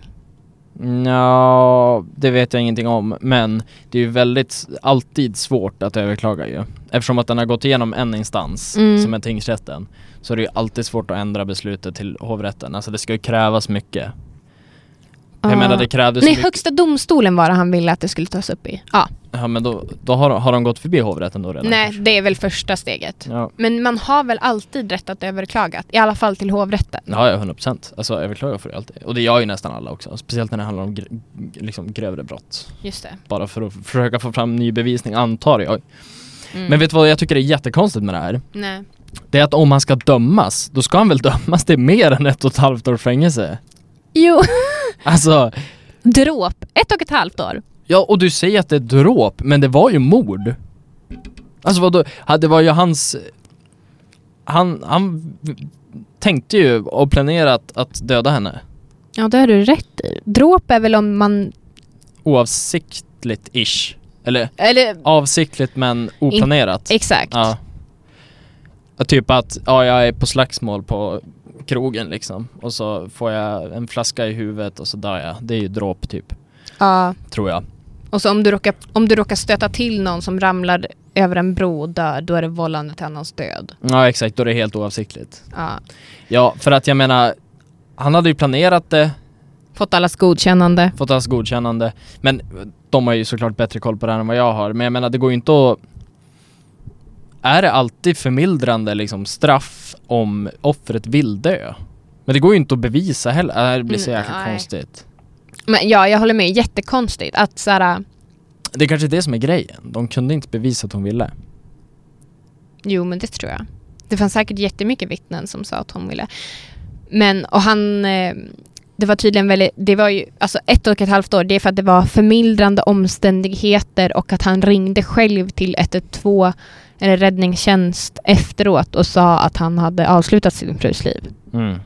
Speaker 1: Ja, det vet jag ingenting om, men det är ju väldigt, alltid svårt att överklaga ju. Eftersom att den har gått igenom en instans,
Speaker 2: Mm.
Speaker 1: som är tingsrätten, så är det ju alltid svårt att ändra beslutet till hovrätten. Alltså det ska ju krävas mycket. Jag menar det krävdes
Speaker 2: Ah. Nej,
Speaker 1: mycket.
Speaker 2: högsta domstolen var det han ville att det skulle tas upp i. Ja.
Speaker 1: Ja men då, då har, har de gått förbi hovrätten då redan?
Speaker 2: Nej,
Speaker 1: kanske?
Speaker 2: det är väl första steget.
Speaker 1: Ja.
Speaker 2: Men man har väl alltid rätt att överklaga, i alla fall till hovrätten.
Speaker 1: Ja, ja, 100 procent. Alltså överklaga får jag alltid. Och det gör ju nästan alla också. Speciellt när det handlar om gr- liksom grövre brott.
Speaker 2: Just det.
Speaker 1: bara för att försöka få fram ny bevisning antar jag.
Speaker 2: Mm.
Speaker 1: Men vet du vad jag tycker är jättekonstigt med det här?
Speaker 2: Nej.
Speaker 1: Det är att om han ska dömas, då ska han väl dömas till mer än ett och ett halvt års fängelse?
Speaker 2: Jo,
Speaker 1: Alltså,
Speaker 2: dråp. Ett och ett halvt år.
Speaker 1: ja och du säger att det är dråp, men det var ju mord. Alltså vadå, Ja, det var ju hans... Han, han v- tänkte ju och planerat att döda henne.
Speaker 2: Ja, det har du rätt i. Dråp är väl om man...
Speaker 1: Oavsiktligt-ish. Eller
Speaker 2: Eller
Speaker 1: avsiktligt men oplanerat.
Speaker 2: exakt.
Speaker 1: Ja. Ja, Typ att, ja jag är på slagsmål på krogen liksom och så får jag en flaska i huvudet och så dör jag. Det är ju dråp typ,
Speaker 2: Ja.
Speaker 1: tror jag.
Speaker 2: Och så om du, råkar, om du råkar stöta till någon som ramlar över en bro och dör, då är det vållande till annans död.
Speaker 1: Ja exakt, då är det helt oavsiktligt.
Speaker 2: Ja.
Speaker 1: Ja, för att jag menar, han hade ju planerat det,
Speaker 2: Fått allas godkännande.
Speaker 1: fått hans godkännande, men de har ju såklart bättre koll på det här än vad jag har. Men jag menar, det går ju inte att... Är det alltid förmildrande liksom straff om offret vill dö? Men det går ju inte att bevisa heller. Det här blir så jäkla
Speaker 2: Nej.
Speaker 1: konstigt.
Speaker 2: Men ja, jag håller med. Jättekonstigt att så här,
Speaker 1: Det är kanske är det som är grejen. De kunde inte bevisa att hon ville.
Speaker 2: Jo, men det tror jag. Det fanns säkert jättemycket vittnen som sa att hon ville. Men, och han... Eh, det var tydligen väldigt... Det var ju... Alltså ett och ett halvt år, det är för att det var förmildrande omständigheter och att han ringde själv till 112 eller räddningstjänst efteråt och sa att han hade avslutat sin frus liv.
Speaker 1: Mm.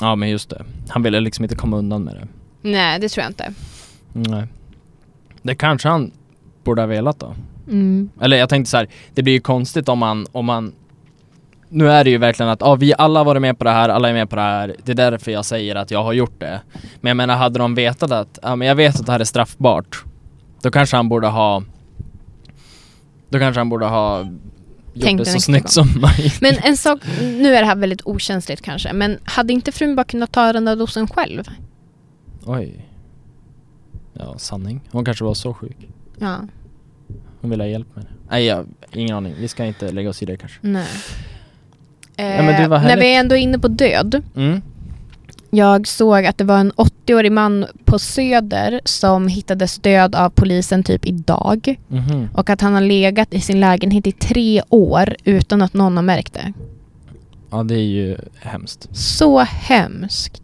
Speaker 1: Ja, men just det. Han ville liksom inte komma undan med det.
Speaker 2: Nej, det tror jag inte.
Speaker 1: Nej. Det kanske han borde ha velat då.
Speaker 2: Mm.
Speaker 1: Eller jag tänkte så här, det blir ju konstigt om man, om man nu är det ju verkligen att, ja vi alla har varit med på det här, alla är med på det här, det är därför jag säger att jag har gjort det. Men jag menar, hade de vetat att, ja men jag vet att det här är straffbart, då kanske han borde ha Då kanske han borde ha gjort
Speaker 2: Tänk
Speaker 1: det
Speaker 2: den
Speaker 1: så
Speaker 2: extra
Speaker 1: snyggt som möjligt.
Speaker 2: Men en sak, nu är det här väldigt okänsligt kanske, men hade inte frun bara kunnat ta den där dosen själv?
Speaker 1: Oj. Ja, sanning. Hon kanske var så sjuk.
Speaker 2: Ja,
Speaker 1: Hon ville ha hjälp med det. Nej, jag ingen aning. Vi ska inte lägga oss i det kanske.
Speaker 2: nej.
Speaker 1: Ja, men du,
Speaker 2: Eh,
Speaker 1: vad
Speaker 2: när
Speaker 1: härligt.
Speaker 2: vi är ändå inne på död.
Speaker 1: Mm.
Speaker 2: Jag såg att det var en 80-årig man på Söder som hittades död av polisen typ idag.
Speaker 1: Mhm.
Speaker 2: Och att han har legat i sin lägenhet i tre år utan att någon har märkt det.
Speaker 1: Ja, det är ju hemskt.
Speaker 2: Så hemskt.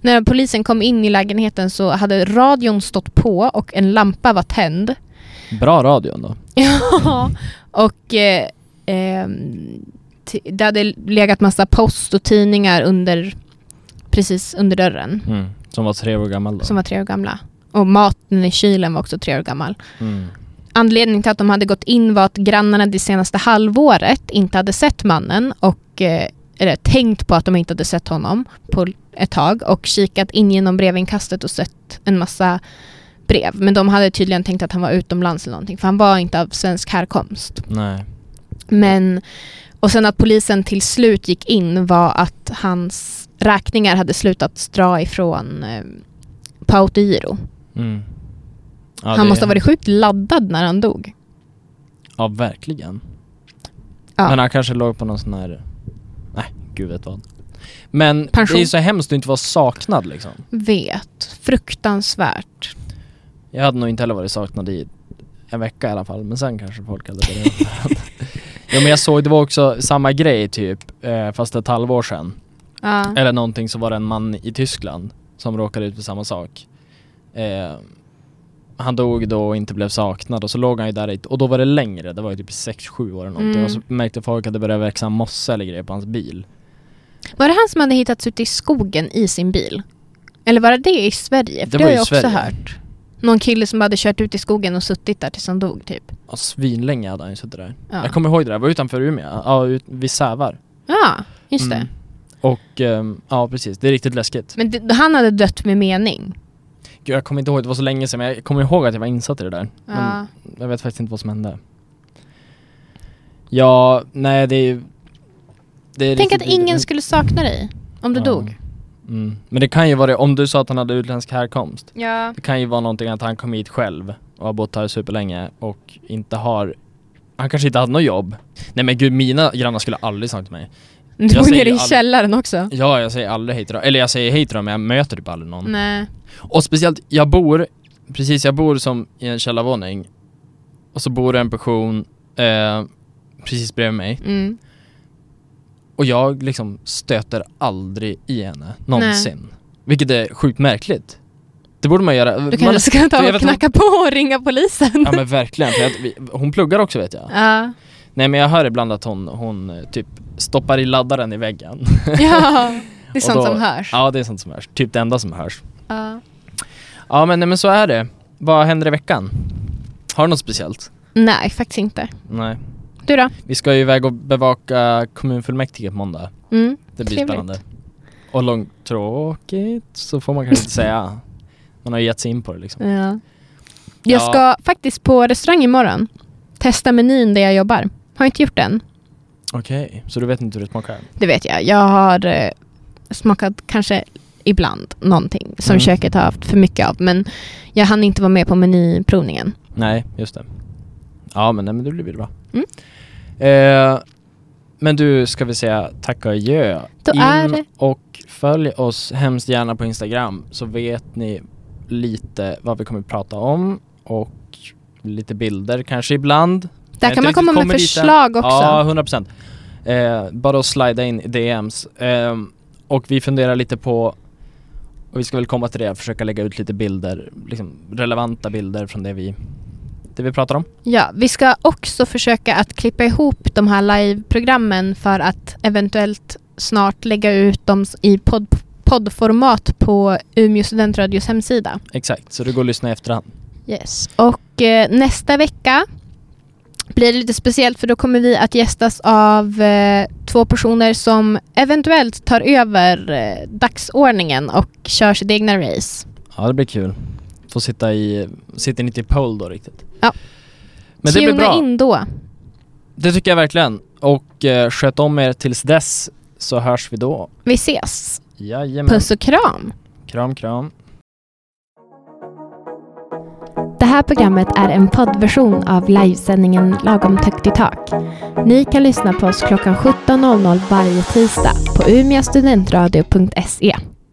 Speaker 2: När polisen kom in i lägenheten så hade radion stått på och en lampa var tänd.
Speaker 1: Bra radio ändå.
Speaker 2: Ja, och eh, ehm, t- det hade legat massa post och tidningar under, precis under dörren
Speaker 1: Mm. Som var tre år gammal då.
Speaker 2: som var tre år gamla. Och maten i kylen var också tre år gammal.
Speaker 1: Mm.
Speaker 2: Anledningen till att de hade gått in var att grannarna det senaste halvåret inte hade sett mannen och eh, eller tänkt på att de inte hade sett honom på ett tag och kikat in genom brevinkastet och sett en massa brev. Men de hade tydligen tänkt att han var utomlands eller någonting för han var inte av svensk härkomst.
Speaker 1: Nej.
Speaker 2: Men, och sen att polisen till slut gick in var att hans räkningar hade slutat dra ifrån eh, Pautogiro.
Speaker 1: Mm. Ja,
Speaker 2: han
Speaker 1: det-
Speaker 2: måste ha varit sjukt laddad när han dog.
Speaker 1: Ja, verkligen.
Speaker 2: Ja.
Speaker 1: Men han kanske låg på någon sån här... Nej, gud vet vad. Men
Speaker 2: Pension.
Speaker 1: det är ju så hemskt att inte vara saknad liksom.
Speaker 2: Vet. Fruktansvärt.
Speaker 1: Jag hade nog inte heller varit saknad i en vecka i alla fall, men sen kanske folk hade börjat Ja men jag såg, det var också samma grej typ, eh, fast ett halvår sedan.
Speaker 2: Ja.
Speaker 1: Eller någonting så var det en man i Tyskland som råkade ut för samma sak. Eh, han dog då och inte blev saknad och så låg han ju där i, och då var det längre, det var ju typ 6-7 år eller någonting.
Speaker 2: Mm.
Speaker 1: Och så märkte folk att det började växa mossa eller grejer på hans bil.
Speaker 2: Var det han som hade hittats ute i skogen i sin bil? Eller var det det i Sverige? För
Speaker 1: Det var
Speaker 2: det, har
Speaker 1: i
Speaker 2: jag också
Speaker 1: Sverige.
Speaker 2: hört. Någon kille som hade kört ut i skogen och suttit där tills han dog typ.
Speaker 1: Ja, svinlänge hade han ju suttit där.
Speaker 2: Ja,
Speaker 1: Jag kommer ihåg det där, det var utanför Umeå, ja, ut, vid Sävar.
Speaker 2: ja just det.
Speaker 1: Mm. Och, ehm, ja precis, det är riktigt läskigt.
Speaker 2: Men det, han hade dött med mening.
Speaker 1: Gud, jag kommer inte ihåg, det var så länge sedan men jag kommer ihåg att jag var insatt i det där.
Speaker 2: Ja.
Speaker 1: Men jag vet faktiskt inte vad som hände. Ja, nej det är ju... det är
Speaker 2: Tänk att
Speaker 1: riktigt
Speaker 2: ingen
Speaker 1: vidrigt.
Speaker 2: skulle sakna dig om du
Speaker 1: Ja.
Speaker 2: dog.
Speaker 1: Mm. Men det kan ju vara det, om du sa att han hade utländsk härkomst.
Speaker 2: Ja.
Speaker 1: Det kan ju vara någonting att han kom hit själv och har bott här superlänge och inte har han kanske inte hade något jobb. Nej men gud, mina grannar skulle aldrig sagt till mig.
Speaker 2: Du
Speaker 1: Jag
Speaker 2: bor
Speaker 1: säger
Speaker 2: nere i
Speaker 1: all-
Speaker 2: källaren också.
Speaker 1: Ja, jag säger aldrig hej till dem. Eller jag säger hej till dem, men jag möter typ aldrig någon.
Speaker 2: Nej.
Speaker 1: Och speciellt, jag bor, precis jag bor som i en källarvåning och så bor det en person eh, precis bredvid mig
Speaker 2: Mm.
Speaker 1: och jag liksom stöter aldrig i henne någonsin. Vilket är sjukt märkligt. Det borde man göra.
Speaker 2: Du
Speaker 1: man,
Speaker 2: kanske ska
Speaker 1: jag
Speaker 2: ta
Speaker 1: vet
Speaker 2: och
Speaker 1: att
Speaker 2: knacka på och ringa polisen.
Speaker 1: Ja men verkligen, för att vi, hon pluggar också vet jag.
Speaker 2: Ja.
Speaker 1: Nej men jag hör ibland att hon, hon eh, typ stoppar i laddaren i väggen.
Speaker 2: ja. Det är
Speaker 1: Och
Speaker 2: sånt
Speaker 1: då-
Speaker 2: som hörs.
Speaker 1: Ja det är sånt som hörs, typ det enda som hörs.
Speaker 2: Ja.
Speaker 1: Ja men, nej, men så är det. Vad händer i veckan? Har du något speciellt?
Speaker 2: Nej, faktiskt inte.
Speaker 1: Nej.
Speaker 2: Du då?
Speaker 1: Vi ska ju iväg och bevaka kommunfullmäktige på måndag.
Speaker 2: Mm.
Speaker 1: Det blir
Speaker 2: Trevligt.
Speaker 1: spännande. Och långtråkigt så får man kanske inte säga. Man har ju gett sig in på det liksom.
Speaker 2: Ja.
Speaker 1: Ja.
Speaker 2: Jag ska faktiskt på restaurang imorgon. Testa menyn där jag jobbar. Har inte gjort det än.
Speaker 1: Okej, så du vet inte hur det smakar?
Speaker 2: Det vet jag. Jag har eh, smakat kanske ibland någonting som
Speaker 1: Mm.
Speaker 2: köket har haft för mycket av. Men jag hann inte vara med på menyprovningen.
Speaker 1: Nej, just det. Ja men, nej, men det blir väl bra.
Speaker 2: Mm.
Speaker 1: Eh, men du, ska vi säga tack och adjö?
Speaker 2: Då
Speaker 1: in
Speaker 2: är det-
Speaker 1: och följ oss hemskt gärna på Instagram så vet ni lite vad vi kommer prata om och lite bilder kanske ibland.
Speaker 2: Där
Speaker 1: Jag har
Speaker 2: kan man
Speaker 1: inte riktigt
Speaker 2: komma med
Speaker 1: kommit Eh, dit än.
Speaker 2: förslag också.
Speaker 1: Ja, 100 procent. Eh, bara att slida in i DMs. Ehm, och vi funderar lite på, och vi ska väl komma till det, försöka lägga ut lite bilder, liksom relevanta bilder från det vi, det vi pratar om.
Speaker 2: Ja, vi ska också försöka att klippa ihop de här live-programmen för att eventuellt snart lägga ut dem i podd, poddformat på Umeå studentradios hemsida.
Speaker 1: Exakt, så det går att lyssna i efterhand.
Speaker 2: Yes. Och eh, nästa vecka blir det lite speciellt för då kommer vi att gästas av eh, två personer som eventuellt tar över eh, dagsordningen och kör sitt egna race.
Speaker 1: Ja, det blir kul. Får sitta i, sitter ni inte i poll då riktigt?
Speaker 2: Ja.
Speaker 1: Men det
Speaker 2: Tuna
Speaker 1: blir bra.
Speaker 2: in då.
Speaker 1: Det tycker jag verkligen. Och eh, sköt om er tills dess så hörs vi då.
Speaker 2: Vi ses.
Speaker 1: Jajamän.
Speaker 2: Puss och kram.
Speaker 1: Kram, kram.
Speaker 2: Det här programmet är en poddversion av livesändningen Lagom högt i tak. Ni kan lyssna på oss klockan 17.00 varje tisdag på umiastudentradio.se.